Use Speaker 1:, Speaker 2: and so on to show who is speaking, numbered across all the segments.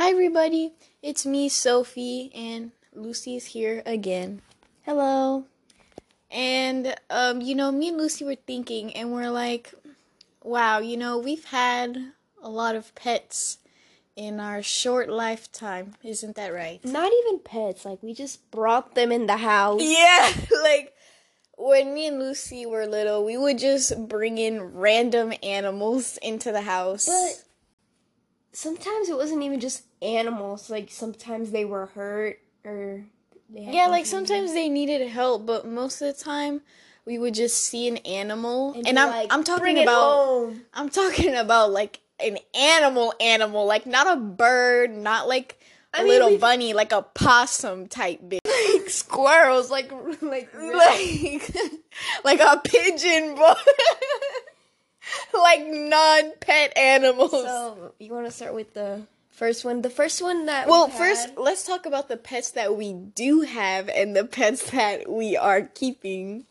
Speaker 1: everybody. It's me, Sophie, and Lucy's here again. Hello. And um, you know, me and Lucy were thinking, and we're like, wow, you know, we've had a lot of pets in our short lifetime. Isn't that right?
Speaker 2: Not even pets. Like we just brought them in the house.
Speaker 1: Yeah, like when me and Lucy were little, we would just bring in random animals into the house.
Speaker 2: But sometimes it wasn't even just animals. Like sometimes they were hurt or they had
Speaker 1: yeah, like
Speaker 2: something.
Speaker 1: sometimes they needed help, but most of the time we would just see an animal, and,
Speaker 2: be
Speaker 1: I'm
Speaker 2: like,
Speaker 1: I'm talking
Speaker 2: "Bring it
Speaker 1: about
Speaker 2: home."
Speaker 1: I'm talking about like an animal, animal, like not a bird, not like a
Speaker 2: I mean,
Speaker 1: little
Speaker 2: we've-
Speaker 1: bunny, like a possum type bitch.
Speaker 2: like squirrels, like like
Speaker 1: like like a pigeon boy like non-pet animals
Speaker 2: So you want to start with the first one? The first one that we
Speaker 1: well
Speaker 2: had-
Speaker 1: first let's talk about the pets that we do have and the pets that we are keeping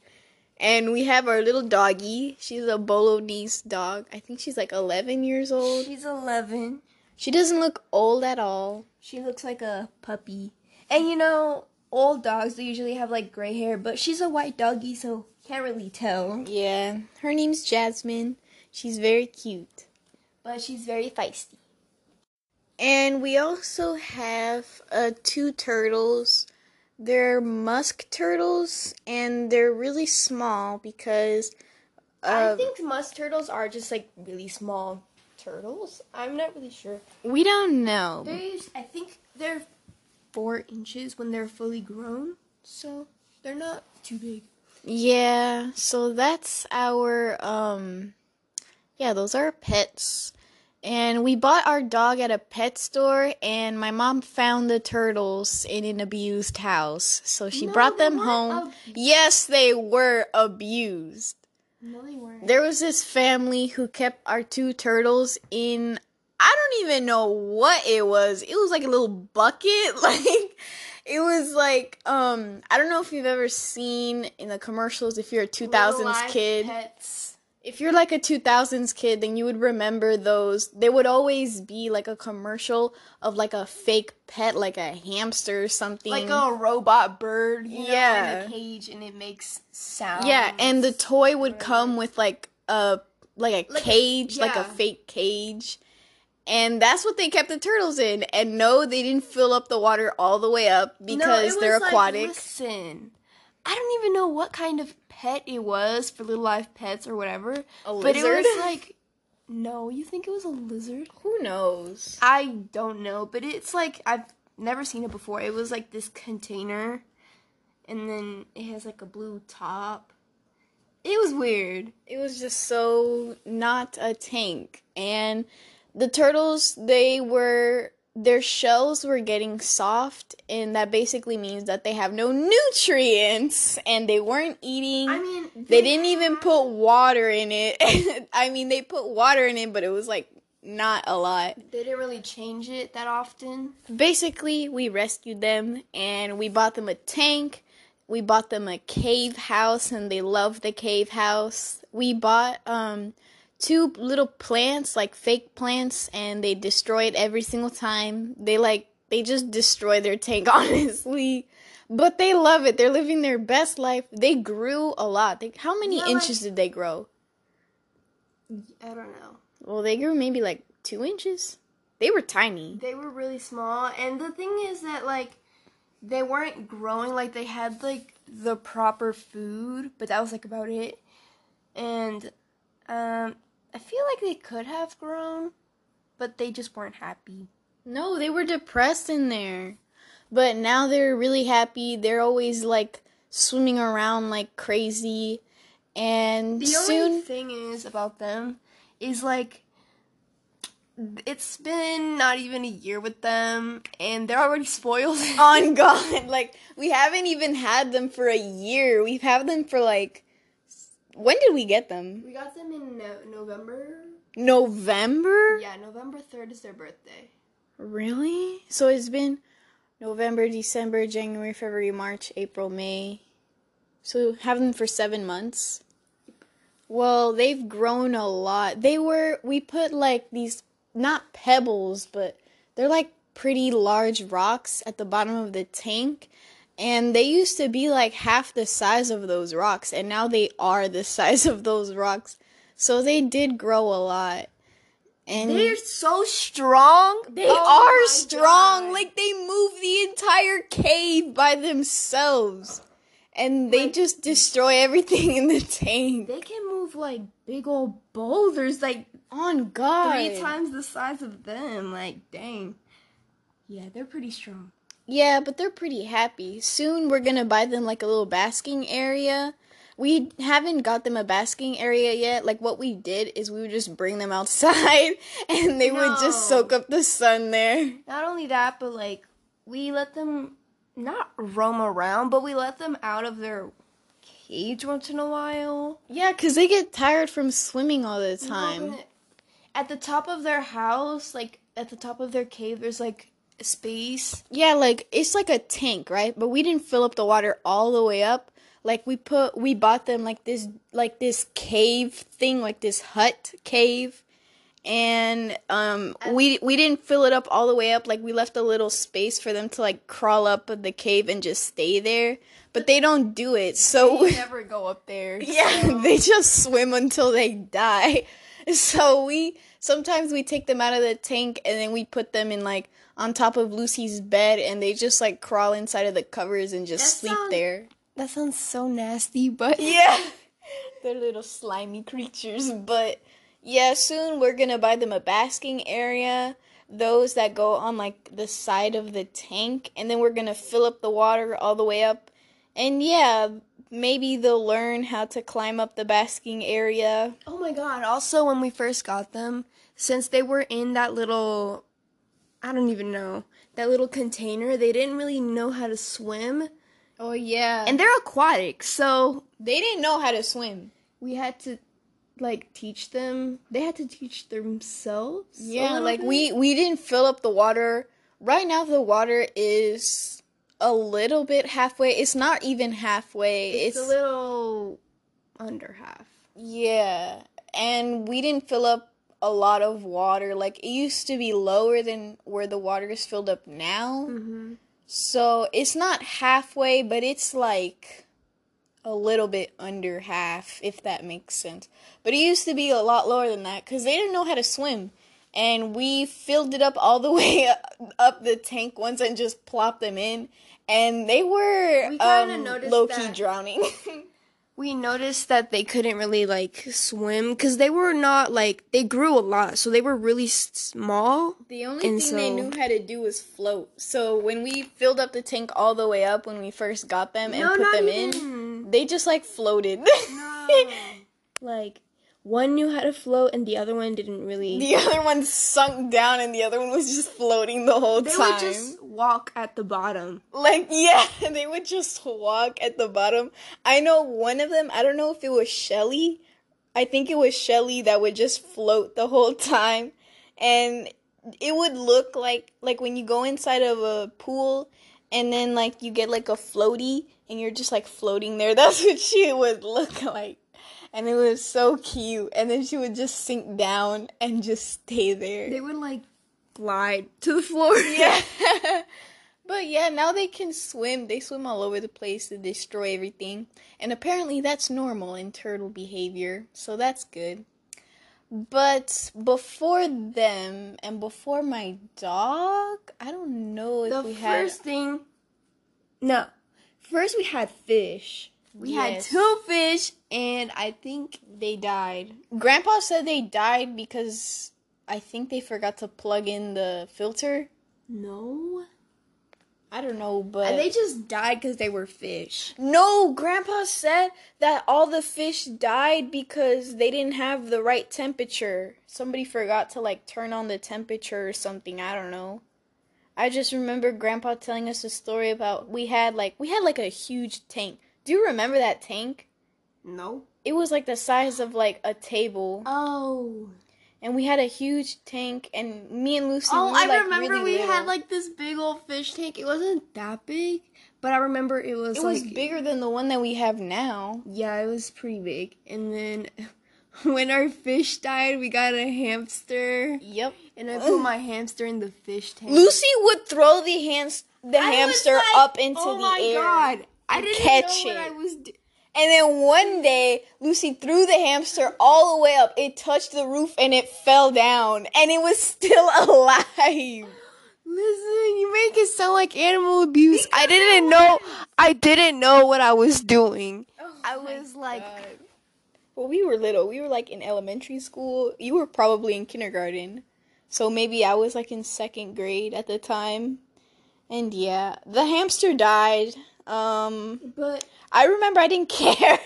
Speaker 1: and we have our little doggy she's a bolognese dog i think she's like 11 years old
Speaker 2: she's oh, eleven.
Speaker 1: she doesn't look old at all
Speaker 2: She looks like a puppy. And you know, old dogs they usually have like gray hair, but she's a white doggy, so can't really tell.
Speaker 1: yeah her name's jasmine she's very cute
Speaker 2: But she's very feisty.
Speaker 1: And we also have uh, two turtles. They're musk turtles, and they're really small because
Speaker 2: I
Speaker 1: uh,
Speaker 2: think musk turtles are just like really small turtles. I'm not really sure.
Speaker 1: we don't know.
Speaker 2: They're us- I think they're four inches when they're fully grown, so they're not too big.
Speaker 1: Yeah, so that's our um yeah, those are our pets. And we bought our dog at a pet store and my mom found the turtles in an abused house. So she
Speaker 2: No,
Speaker 1: brought
Speaker 2: they
Speaker 1: them
Speaker 2: weren't
Speaker 1: home.
Speaker 2: abused.
Speaker 1: Yes, they were abused.
Speaker 2: No, they weren't.
Speaker 1: there was this family who kept our two turtles in I don't even know what it was. It was like a little bucket. Like it was like um I don't know if you've ever seen in the commercials if you're a 2000s kid.
Speaker 2: Pets.
Speaker 1: If you're like a 2000s kid, then you would remember those. There would always be like a commercial of like a fake pet like a hamster or something.
Speaker 2: Like a robot bird, you know,
Speaker 1: Yeah.
Speaker 2: in a Mm. cage, and it makes sound.
Speaker 1: Yeah, and the toy would come with like a like a
Speaker 2: Like a-
Speaker 1: cage, like a
Speaker 2: yeah.
Speaker 1: fake cage. And that's what they kept the turtles in. And no, they didn't fill up the water all the way up
Speaker 2: No,
Speaker 1: because
Speaker 2: it
Speaker 1: they're
Speaker 2: was like,
Speaker 1: aquatic.
Speaker 2: listen, I don't even know what kind of pet it was for Little Life Pets or whatever.
Speaker 1: A
Speaker 2: but
Speaker 1: lizard?
Speaker 2: it was like, no, you think it was a lizard?
Speaker 1: Who knows?
Speaker 2: I don't know, but it's like I've never seen it before. It was like this container, and then it has like a blue top. It was weird.
Speaker 1: It was just so not a tank. And the turtles, they were their shells were getting soft, and that basically means that they have no nutrients and they weren't eating.
Speaker 2: I mean,
Speaker 1: They didn't even put water in it. I mean, they put water in it, but it was like not a lot.
Speaker 2: They didn't really change it that often.
Speaker 1: Basically, we rescued them and we bought them a tank. We bought them a cave house and they loved the cave house. We bought um two little plants, like fake plants, and they destroy it every single time. They like they just destroy their tank honestly. But they love it. They're living their best life. They grew a lot. They, how many
Speaker 2: Yeah, like-
Speaker 1: inches did they grow?
Speaker 2: I don't know.
Speaker 1: Well, they grew maybe like two inches. They were tiny.
Speaker 2: They were really small, and the thing is that like they weren't growing like they had like the proper food, but that was like about it. And um I feel like they could have grown, but they just weren't happy.
Speaker 1: No, they were depressed in there. But now they're really happy. They're always like swimming around like crazy. And
Speaker 2: The
Speaker 1: soon.
Speaker 2: only thing is about them is like it's been not even a year with them and they're already spoiled.
Speaker 1: on God. Like, we haven't even had them for a year. We've had them for like. When did we get them?
Speaker 2: we got them in no- November.
Speaker 1: November?
Speaker 2: Yeah, November 3rd is their birthday.
Speaker 1: Really? So it's been November, December, January, February, March, April, May. So have them for seven months. Well, they've grown a lot. They were, we put like these, not pebbles, but they're like pretty large rocks at the bottom of the tank. And they used to be like half the size of those rocks, and now they are the size of those rocks. So they did grow a lot. And
Speaker 2: They're so strong.
Speaker 1: they
Speaker 2: Oh
Speaker 1: are
Speaker 2: my
Speaker 1: strong.
Speaker 2: God.
Speaker 1: Like they move the entire cave by themselves. And they just destroy everything in the tank.
Speaker 2: they can move like big old boulders, like
Speaker 1: On God.
Speaker 2: three times the size of them. Like, dang. Yeah, they're pretty strong.
Speaker 1: Yeah, but they're pretty happy. Soon we're gonna buy them like a little basking area. We haven't got them a basking area yet. Like what we did is we would just bring them outside and they would just
Speaker 2: No.
Speaker 1: soak up the sun there.
Speaker 2: Not only that, but like we let them not roam around, but we let them out of their cage once in a while.
Speaker 1: Yeah, 'cause they get tired from swimming all the time.
Speaker 2: At the top of their house, like at the top of their cave, there's like space.
Speaker 1: Yeah, like it's like a tank, right? But we didn't fill up the water all the way up. Like we put we bought them like this like this cave thing, like this hut cave. And um we we didn't fill it up all the way up. Like we left a little space for them to like crawl up of the cave and just stay there. But they don't do it. So
Speaker 2: We never go up there.
Speaker 1: yeah, they just swim until they die. So we sometimes we take them out of the tank and then we put them in like on top of Lucy's bed and they just like crawl inside of the covers and just
Speaker 2: That
Speaker 1: sleep
Speaker 2: sounds-
Speaker 1: there.
Speaker 2: That sounds so nasty, but
Speaker 1: Yeah. They're little slimy creatures, but yeah, soon we're going to buy them a basking area, those that go on like the side of the tank, and then we're going to fill up the water all the way up. And yeah, maybe they'll learn how to climb up the basking area.
Speaker 2: Oh my god. Also, when we first got them, since they were in that little, I don't even know, that little container, they didn't really know how to swim.
Speaker 1: Oh yeah. And
Speaker 2: And they're aquatic, so
Speaker 1: they didn't know how to swim.
Speaker 2: we had to, like, teach them. They had to teach themselves. a
Speaker 1: Yeah,
Speaker 2: little
Speaker 1: like
Speaker 2: bit.
Speaker 1: we we didn't fill up the water. Right now the water is a little bit halfway. It's not even halfway.
Speaker 2: It's, a little under half.
Speaker 1: Yeah, and we didn't fill up a lot of water. Like it used to be lower than where the water is filled up now.
Speaker 2: Mm-hmm.
Speaker 1: So it's not halfway, but it's like a little bit under half, if that makes sense. But it used to be a lot lower than that because they didn't know how to swim. And we filled it up all the way up the tank once and just plopped them in. And they were
Speaker 2: We kinda
Speaker 1: um,
Speaker 2: noticed
Speaker 1: low key
Speaker 2: that.
Speaker 1: drowning.
Speaker 2: We noticed that they couldn't really, like, swim because they were not, like, they grew a lot, so they were really s- small.
Speaker 1: The only
Speaker 2: And
Speaker 1: thing they
Speaker 2: so-
Speaker 1: knew how to do was float. So when we filled up the tank all the way up when we first got them and put them in, they just like floated.
Speaker 2: like one knew how to float and the other one didn't really.
Speaker 1: the other one sunk down and the other one was just floating the whole
Speaker 2: they
Speaker 1: time.
Speaker 2: would just walk at the bottom.
Speaker 1: Like yeah, they would just walk at the bottom. I know one of them, I don't know if it was Shelly. I think it was Shelly that would just float the whole time and it would look like like when you go inside of a pool and then like you get like a floaty and you're just like floating there. That's what she would look like. And it was so cute. And then she would just sink down and just stay there.
Speaker 2: They would like glide to the floor.
Speaker 1: Yeah. but yeah, now they can swim. They swim all over the place to destroy everything. And apparently that's normal in turtle behavior. So that's good. But before them and before my dog, I don't know if
Speaker 2: The
Speaker 1: we
Speaker 2: first thing. No. First we had fish. We had
Speaker 1: Yes.
Speaker 2: two fish and I think they died.
Speaker 1: had Grandpa said they died because I think they forgot to plug in the filter.
Speaker 2: No.
Speaker 1: I don't know, but
Speaker 2: And they just died because they were fish.
Speaker 1: No, Grandpa said that all the fish died because they didn't have the right temperature. Somebody forgot to like turn on the temperature or something. I don't know. I just remember Grandpa telling us a story about we had like we had like a huge tank. Do you remember that tank?
Speaker 2: No.
Speaker 1: It was like the size of like a table,
Speaker 2: Oh.
Speaker 1: and we had a huge tank. And me and Lucy.
Speaker 2: Oh,
Speaker 1: were,
Speaker 2: I
Speaker 1: like,
Speaker 2: remember
Speaker 1: really
Speaker 2: we
Speaker 1: little.
Speaker 2: had like this big old fish tank. It wasn't that big, but I remember it was
Speaker 1: It was
Speaker 2: like-
Speaker 1: bigger than the one that we have now.
Speaker 2: Yeah, it was pretty big. And then when our fish died, we got a hamster,
Speaker 1: Yep.
Speaker 2: and I put my hamster in the fish tank.
Speaker 1: Lucy would throw the hands the
Speaker 2: I was
Speaker 1: hamster
Speaker 2: like,
Speaker 1: up into
Speaker 2: oh
Speaker 1: the
Speaker 2: my
Speaker 1: air.
Speaker 2: God. I didn't
Speaker 1: catch
Speaker 2: know what I
Speaker 1: it.
Speaker 2: was do-
Speaker 1: And then one day, Lucy threw the hamster all the way up. It touched the roof and it fell down, and it was still alive.
Speaker 2: Listen, you make it sound like animal abuse. I didn't know. I didn't know what I was doing.
Speaker 1: Oh
Speaker 2: I was like,
Speaker 1: Well, we were little. We were like in elementary school. You were probably in kindergarten. So maybe I was like in second grade at the time. And yeah, the hamster died. Um
Speaker 2: but
Speaker 1: I remember I didn't care.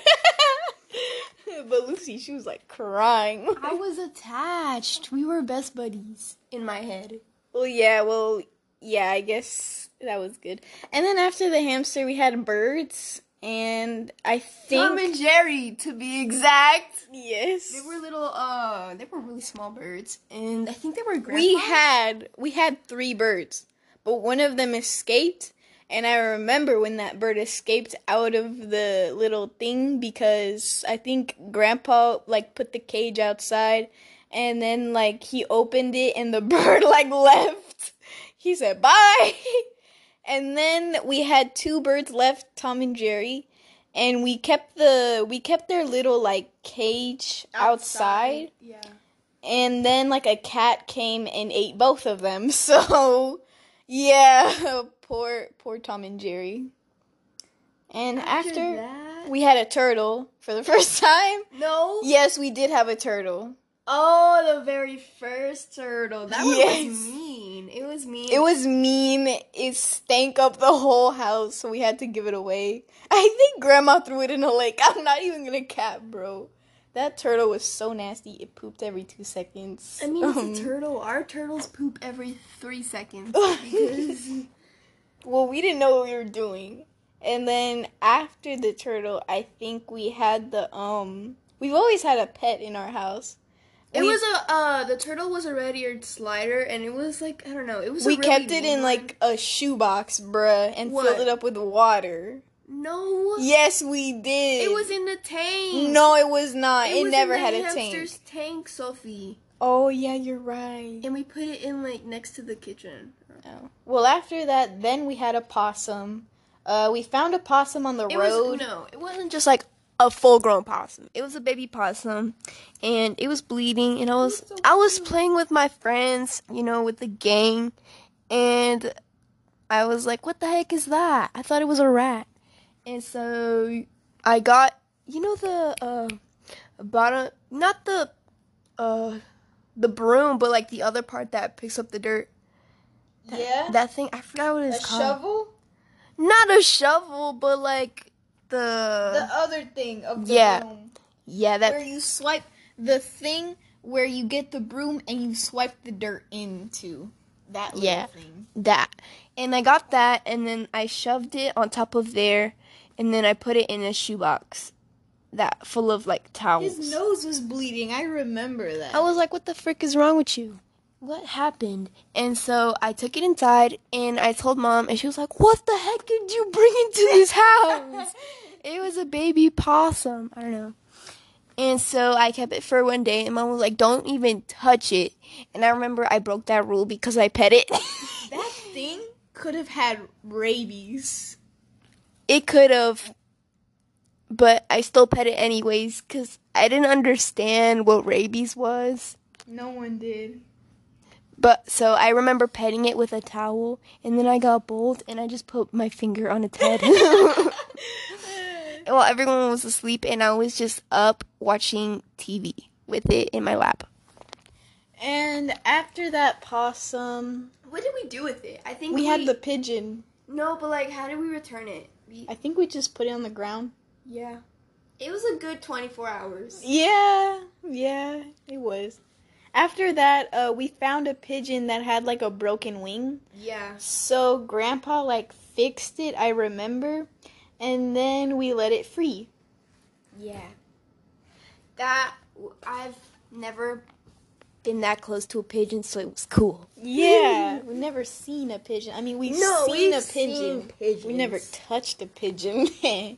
Speaker 1: but Lucy, she was like crying.
Speaker 2: I was attached. We were best buddies in my head.
Speaker 1: Well, yeah, well, yeah, I guess that was good. And then after the hamster, we had birds and I think
Speaker 2: Tom and Jerry, to be exact.
Speaker 1: yes.
Speaker 2: They were little. Uh, they were really small birds, and I think they were grandpa.
Speaker 1: we had we had three birds but one of them escaped and i remember when that bird escaped out of the little thing because i think grandpa like put the cage outside and then like he opened it and the bird like left he said bye and then we had two birds left tom and jerry and we kept the we kept their little like cage outside
Speaker 2: Yeah.
Speaker 1: and then like a cat came and ate both of them. So yeah, poor poor Tom and Jerry. And after,
Speaker 2: that,
Speaker 1: we had a turtle for the first time.
Speaker 2: no.
Speaker 1: Yes, we did have a turtle.
Speaker 2: Oh, the very first turtle. That one
Speaker 1: Yes.
Speaker 2: was mean. It was mean.
Speaker 1: It was mean. It stank up the whole house, so we had to give it away. I think grandma threw it in a lake. I'm not even gonna cap, bro. That turtle was so nasty. It pooped every 2 seconds.
Speaker 2: I mean,
Speaker 1: Um,
Speaker 2: it's a turtle. Our turtles poop every three seconds because
Speaker 1: well, we didn't know what we were doing. And then after the turtle, I think we had the um we've always had a pet in our house.
Speaker 2: it
Speaker 1: We-
Speaker 2: was a uh, the turtle was a red eared slider, and it was like I don't know. It was a
Speaker 1: we
Speaker 2: really
Speaker 1: kept it in
Speaker 2: mean
Speaker 1: like a shoebox, bruh, and
Speaker 2: What?
Speaker 1: filled it up with water.
Speaker 2: one. no.
Speaker 1: Yes, we did.
Speaker 2: It was in the tank.
Speaker 1: No, it was not.
Speaker 2: it,
Speaker 1: It,
Speaker 2: was in
Speaker 1: never
Speaker 2: the
Speaker 1: had a tank.
Speaker 2: hamster's tank, Sophie,
Speaker 1: Oh yeah, you're right.
Speaker 2: and we put it in like next to the kitchen.
Speaker 1: Oh. Well, after that, then we had a possum. Uh, we found a possum on the
Speaker 2: It
Speaker 1: road.
Speaker 2: was no, it wasn't just like a full grown possum. It was a baby possum, and it was bleeding. And I was I was playing with my friends, you know, with the gang, and I was like, "What the heck is that?" I thought it was a rat, and so I got you know the uh, bottom, not the uh, the broom, but like the other part that picks up the dirt.
Speaker 1: yeah,
Speaker 2: That thing I forgot what
Speaker 1: a
Speaker 2: it's called.
Speaker 1: shovel.
Speaker 2: Not a shovel, but like the
Speaker 1: The other thing of the
Speaker 2: Yeah.
Speaker 1: room.
Speaker 2: Yeah,
Speaker 1: where
Speaker 2: that
Speaker 1: you swipe the thing where you get the broom and you swipe the dirt into that little
Speaker 2: Yeah.
Speaker 1: thing.
Speaker 2: that. And I got that and then I shoved it on top of there and then I put it in a shoebox that full of like towels.
Speaker 1: His nose was bleeding. I remember that.
Speaker 2: I was like, "What the frick is wrong with you? What happened?" And so I took it inside and I told mom and she was like, "What the heck did you bring into this house?" it was a baby possum. I don't know. And so I kept it for one day and mom was like, "Don't even touch it." And I remember I broke that rule because I pet it.
Speaker 1: that thing could have had rabies.
Speaker 2: it could have but i still pet it anyways because i didn't understand what rabies was
Speaker 1: No one did.
Speaker 2: but so i remember petting it with a towel and then i got bold and i just put my finger on its head while everyone was asleep and i was just up watching tv with it in my lap
Speaker 1: and after that possum,
Speaker 2: what did we do with it i think
Speaker 1: we had the pigeon.
Speaker 2: no but like how did we return it we,
Speaker 1: I think we just put it on the ground.
Speaker 2: yeah it was a good 24 hours
Speaker 1: Yeah, yeah, it was. After that, uh, we found a pigeon that had like a broken wing.
Speaker 2: yeah
Speaker 1: So grandpa like fixed it, I remember, and then we let it free.
Speaker 2: Yeah. That I've never been that close to a pigeon, so it was cool.
Speaker 1: Yeah, we've never seen a pigeon. I mean, we've seen a pigeon. we never touched a pigeon.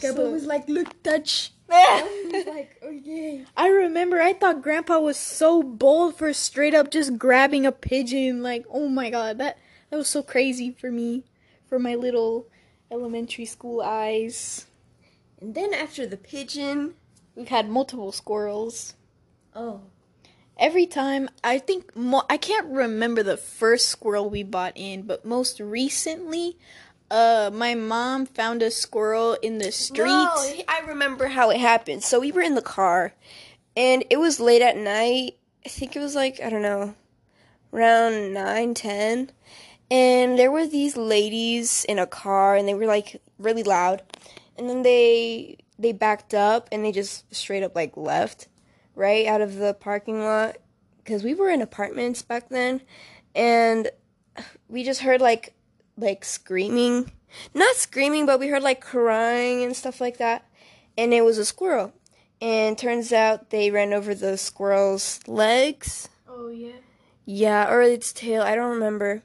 Speaker 2: Yeah, but it was like, look, touch. like, okay.
Speaker 1: I remember I thought grandpa was so bold for straight up just grabbing a pigeon. Like, oh my god, that that was so crazy for me, for my little elementary school eyes.
Speaker 2: And then after the pigeon,
Speaker 1: We've had multiple squirrels.
Speaker 2: oh,
Speaker 1: Every time, I think mo- I can't remember the first squirrel we bought in, but most recently, uh, my mom found a squirrel in the street.
Speaker 2: No, he- I remember how it happened. So we were in the car, and it was late at night. I think it was like I don't know, around nine ten, and there were these ladies in a car, and they were like really loud, and then they they backed up and they just straight up like left, right out of the parking lot, because we were in apartments back then, and we just heard like like screaming not screaming but we heard like crying and stuff like that and it was a squirrel and turns out they ran over the squirrel's legs
Speaker 1: Oh yeah.
Speaker 2: yeah or its tail i don't remember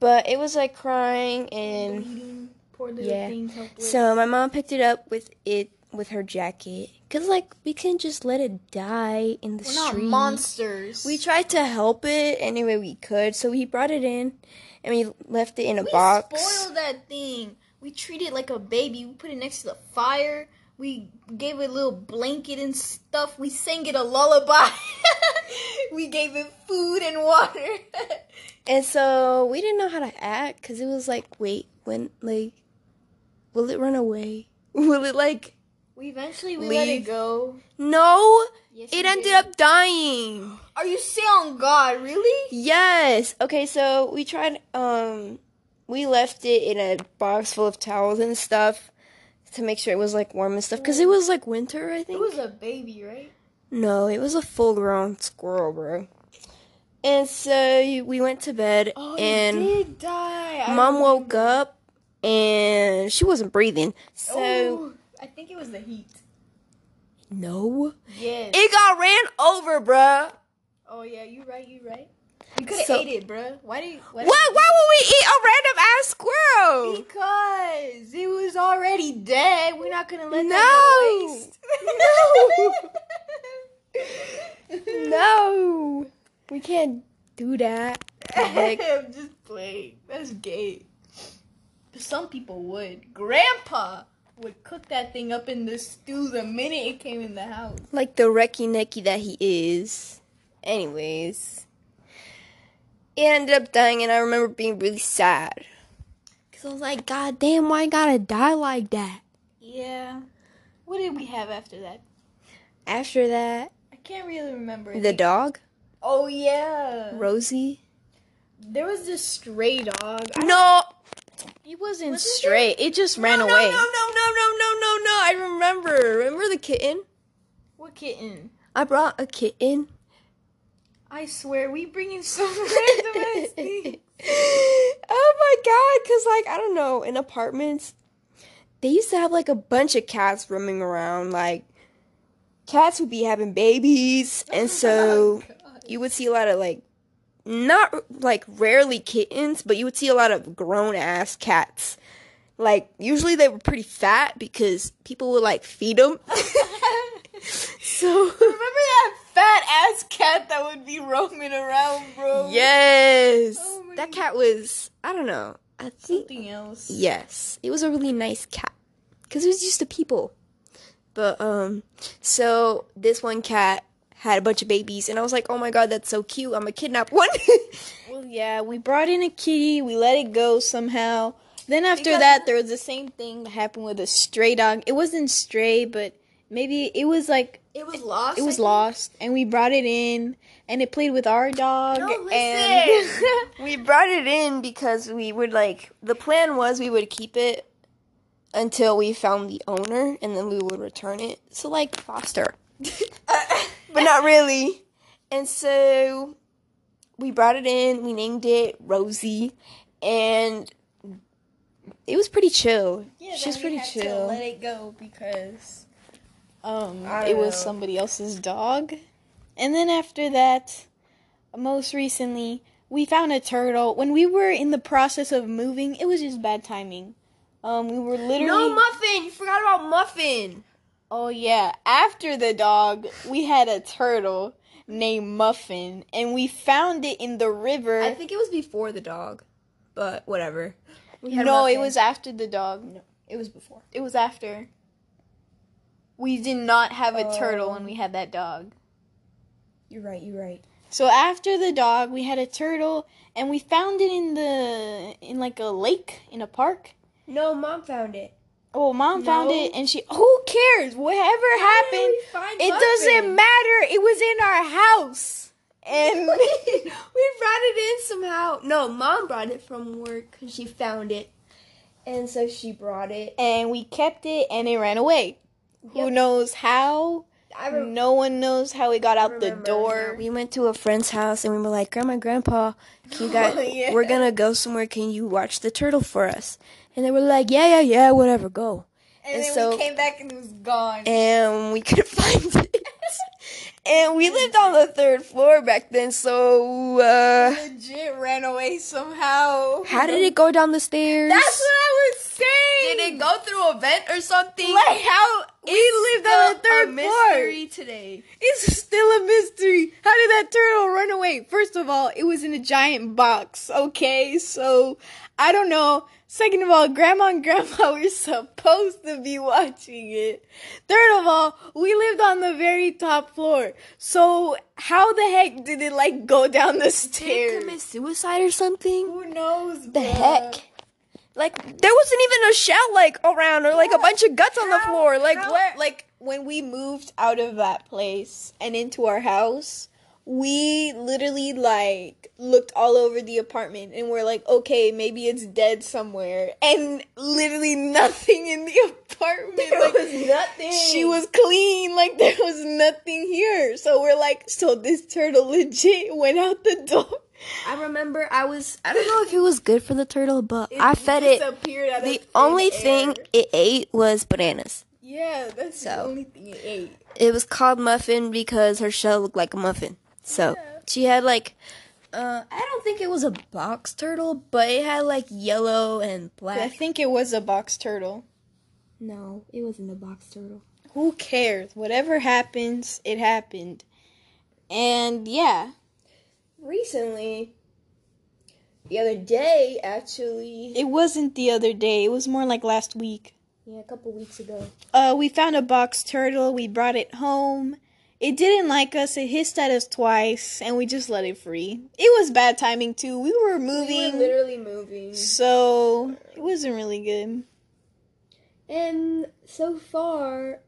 Speaker 2: but it was like crying and
Speaker 1: Poor little
Speaker 2: Yeah.
Speaker 1: thing. helpless.
Speaker 2: so my mom picked it up with it with her jacket because like we can just let it die in the
Speaker 1: We're not
Speaker 2: street
Speaker 1: monsters.
Speaker 2: we tried to help it any way we could so we brought it in and we left it in a
Speaker 1: we
Speaker 2: box
Speaker 1: spoiled that thing. We treat it like a baby. We put it next to the fire. We gave it a little blanket and stuff. We sang it a lullaby. we gave it food and water.
Speaker 2: And so we didn't know how to act because it was like, wait, when, like, will it run away? Will it, like,
Speaker 1: we eventually we let it
Speaker 2: Leave.
Speaker 1: go.
Speaker 2: no?
Speaker 1: Yes,
Speaker 2: It
Speaker 1: we
Speaker 2: ended
Speaker 1: did.
Speaker 2: up dying.
Speaker 1: Are you still on God? Really?
Speaker 2: Yes. Okay, so we tried, um, we left it in a box full of towels and stuff to make sure it was, like, warm and stuff because it was, like, winter, I
Speaker 1: It
Speaker 2: think.
Speaker 1: was a baby, right?
Speaker 2: no, it was a full grown squirrel, bro. And so we went to bed and.
Speaker 1: it Oh, did die. I
Speaker 2: Mom
Speaker 1: remember.
Speaker 2: woke up and she wasn't breathing. So
Speaker 1: Ooh, Oh, I think it was the heat.
Speaker 2: no,
Speaker 1: Yes.
Speaker 2: it got ran over, bruh.
Speaker 1: oh yeah, you right. You right. You could have
Speaker 2: So-
Speaker 1: ate it, bruh. Why do you? Why
Speaker 2: What?
Speaker 1: do you-
Speaker 2: Why would we eat a random ass squirrel?
Speaker 1: Because it was already dead. We're not gonna let that go to
Speaker 2: No.
Speaker 1: waste.
Speaker 2: No, we can't do that. Heck.
Speaker 1: I'm just playing. That's gay. But some people would. Grandpa would cook that thing up in the stew the minute it came in the house.
Speaker 2: Like the recky necky that he is. Anyways, it ended up dying, and I remember being really sad. Cause I was like, God damn, why you gotta die like that?
Speaker 1: Yeah. What did we have after that?
Speaker 2: After that,
Speaker 1: I can't really remember. I
Speaker 2: the
Speaker 1: think-
Speaker 2: dog,
Speaker 1: oh yeah.
Speaker 2: Rosie.
Speaker 1: There was this stray dog. I-
Speaker 2: No,
Speaker 1: It wasn't
Speaker 2: Wasn't it?
Speaker 1: stray. It just ran
Speaker 2: no,
Speaker 1: away.
Speaker 2: No, no, no, no, no, no, no. I remember. Remember the kitten?
Speaker 1: What kitten?
Speaker 2: I brought a kitten.
Speaker 1: I swear, we bringing some random ass things.
Speaker 2: oh my god, because, like, I don't know, in apartments, they used to have, like, a bunch of cats roaming around. Like, cats would be having babies, and so you would see a lot of, like, not like rarely kittens, but you would see a lot of grown ass cats. Like, usually they were pretty fat because people would, like, feed them. So
Speaker 1: Remember that fat ass cat that would be roaming around, bro?
Speaker 2: yes,
Speaker 1: Oh my
Speaker 2: that cat was I don't know. I think
Speaker 1: Something else.
Speaker 2: yes, it was a really nice cat because it was used to people. But um, so this one cat had a bunch of babies, and I was like, oh my god, that's so cute. I'm gonna kidnap one.
Speaker 1: Well, yeah, we brought in a kitty, we let it go somehow. Then after
Speaker 2: Because-
Speaker 1: that, there was the same thing that happened with a stray dog. It wasn't stray, but maybe it was like
Speaker 2: it was lost.
Speaker 1: it was lost, and we brought it in, and it played with our dog.
Speaker 2: No, listen.
Speaker 1: and
Speaker 2: we brought it in because we would like the plan was we would keep it until we found the owner and then we would return it. So like foster. but not really. And so we brought it in, we named it Rosie and it was pretty chill. she was pretty chill.
Speaker 1: let it go because um,
Speaker 2: I
Speaker 1: it
Speaker 2: don't
Speaker 1: was
Speaker 2: know.
Speaker 1: somebody else's dog. And then after that, most recently, we found a turtle. When we were in the process of moving, it was just bad timing. Um, we were literally
Speaker 2: Muffin, you forgot about Muffin.
Speaker 1: Oh yeah, after the dog, we had a turtle named Muffin and we found it in the river.
Speaker 2: I think it was before the dog, but whatever. We
Speaker 1: no,
Speaker 2: had
Speaker 1: it
Speaker 2: Muffin.
Speaker 1: was after the dog.
Speaker 2: it was before.
Speaker 1: It was after. We did not have a turtle when
Speaker 2: Oh.
Speaker 1: we had that dog.
Speaker 2: You're right. You're right.
Speaker 1: So after the dog, we had a turtle and we found it in the in like a lake in a park.
Speaker 2: No, mom found it.
Speaker 1: Oh, mom found
Speaker 2: No.
Speaker 1: it and she who cares? Whatever
Speaker 2: How did
Speaker 1: happened,
Speaker 2: we find
Speaker 1: it
Speaker 2: Muffin?
Speaker 1: doesn't matter. It was in our house.
Speaker 2: we
Speaker 1: And
Speaker 2: brought it in somehow. No, mom brought it from work because she found it, and so she brought it.
Speaker 1: and we kept it and it ran away. Who
Speaker 2: Yep.
Speaker 1: knows how?
Speaker 2: I re-
Speaker 1: No one knows how it got out the
Speaker 2: remember now.
Speaker 1: door.
Speaker 2: We went to a friend's house and we were like, Grandma, Grandpa, can you guys,
Speaker 1: Oh, yeah.
Speaker 2: we're gonna go somewhere. Can you watch the turtle for us? And they were like, Yeah, yeah, yeah, whatever, go. And then we
Speaker 1: came back and it was gone.
Speaker 2: And we couldn't find it. and we lived on the third floor back then, so uh,
Speaker 1: legit ran away somehow.
Speaker 2: how did it go down the stairs?
Speaker 1: That's what I was saying.
Speaker 2: go through a vent or something?
Speaker 1: Like how it lived on the third floor.
Speaker 2: today.
Speaker 1: It's still a mystery. How did that turtle run away? First of all, it was in a giant box. Okay, so I don't know. Second of all, Grandma and Grandpa were supposed to be watching it. Third of all, we lived on the very top floor. So how the heck did it like go down the
Speaker 2: Did it
Speaker 1: stairs?
Speaker 2: commit suicide or something?
Speaker 1: Who knows?
Speaker 2: the heck? Like there wasn't even a shell like around or like a bunch of guts on the
Speaker 1: How-
Speaker 2: floor. Like
Speaker 1: how-
Speaker 2: what?
Speaker 1: Like when we moved out of that place and into our house, we literally like looked all over the apartment and we're like, okay, maybe it's dead somewhere, and literally nothing in the apartment. like,
Speaker 2: nothing.
Speaker 1: she was clean, like there was nothing here. So we're like, so this turtle legit went out the door.
Speaker 2: I remember I was I don't know if it was good for the turtle, but I fed it.
Speaker 1: Disappeared out of
Speaker 2: The
Speaker 1: thin
Speaker 2: only
Speaker 1: air.
Speaker 2: thing it ate was bananas.
Speaker 1: Yeah, that's the
Speaker 2: So.
Speaker 1: only thing it ate.
Speaker 2: It was called muffin because her shell looked like a muffin. So she had like uh I don't think it was a box turtle, but it had like yellow and
Speaker 1: I
Speaker 2: black.
Speaker 1: think it was a box turtle.
Speaker 2: No, it wasn't a box turtle.
Speaker 1: Who cares? Whatever happens, it happened. And yeah.
Speaker 2: Recently the other day actually
Speaker 1: It wasn't the other day, it was more like last week.
Speaker 2: Yeah, a couple weeks ago.
Speaker 1: Uh we found a box turtle, we brought it home. It didn't like us, it hissed at us twice, and we just let it free. It was bad timing too. We were moving
Speaker 2: literally moving.
Speaker 1: so it wasn't really good.
Speaker 2: And so far,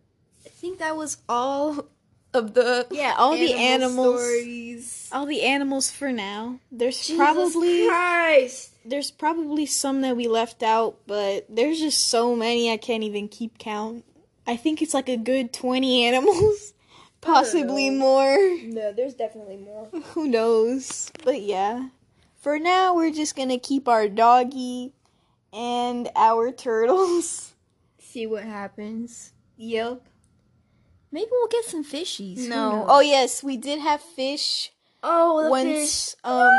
Speaker 2: I think that was all of the
Speaker 1: Yeah, all the animals
Speaker 2: stories.
Speaker 1: all the animals for now. There's
Speaker 2: Jesus
Speaker 1: probably
Speaker 2: Christ.
Speaker 1: there's probably some that we left out, but there's just so many I can't even keep count. I think it's like a good 20 animals, possibly more.
Speaker 2: No, there's definitely more.
Speaker 1: Who knows? But yeah. For now, we're just going to keep our doggy and our turtles.
Speaker 2: See what happens.
Speaker 1: Yep.
Speaker 2: Maybe we'll get some fishies. Who
Speaker 1: No.
Speaker 2: knows?
Speaker 1: Oh yes, we did have fish
Speaker 2: oh, the fish.
Speaker 1: once um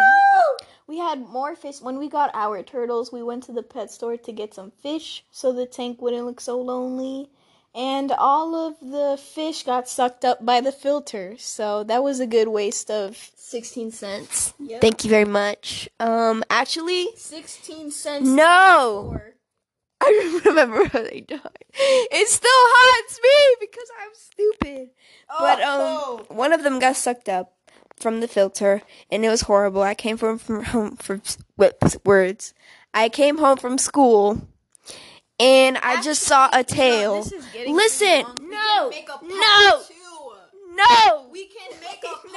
Speaker 1: We had more fish when we got our turtles. We went to the pet store to get some fish so the tank wouldn't look so lonely. And all of the fish got sucked up by the filter. So that was a good waste of
Speaker 2: 16 cents.
Speaker 1: Yep.
Speaker 2: Thank you very much. Um, actually,
Speaker 1: 16 cents.
Speaker 2: no. I don't remember how they died. It still haunts me because I'm stupid. But um, one of them got sucked up from the filter, and it was horrible. I came from from home from with words. I came home from school, and I just saw a tail. Listen, no, no, no.
Speaker 1: We can make
Speaker 2: a part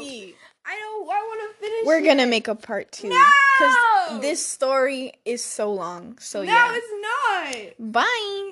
Speaker 2: two, I don't. I want to finish.
Speaker 1: We're going to make a part 2
Speaker 2: No!
Speaker 1: this story is so long. So
Speaker 2: No,
Speaker 1: yeah.
Speaker 2: it's not.
Speaker 1: Bye.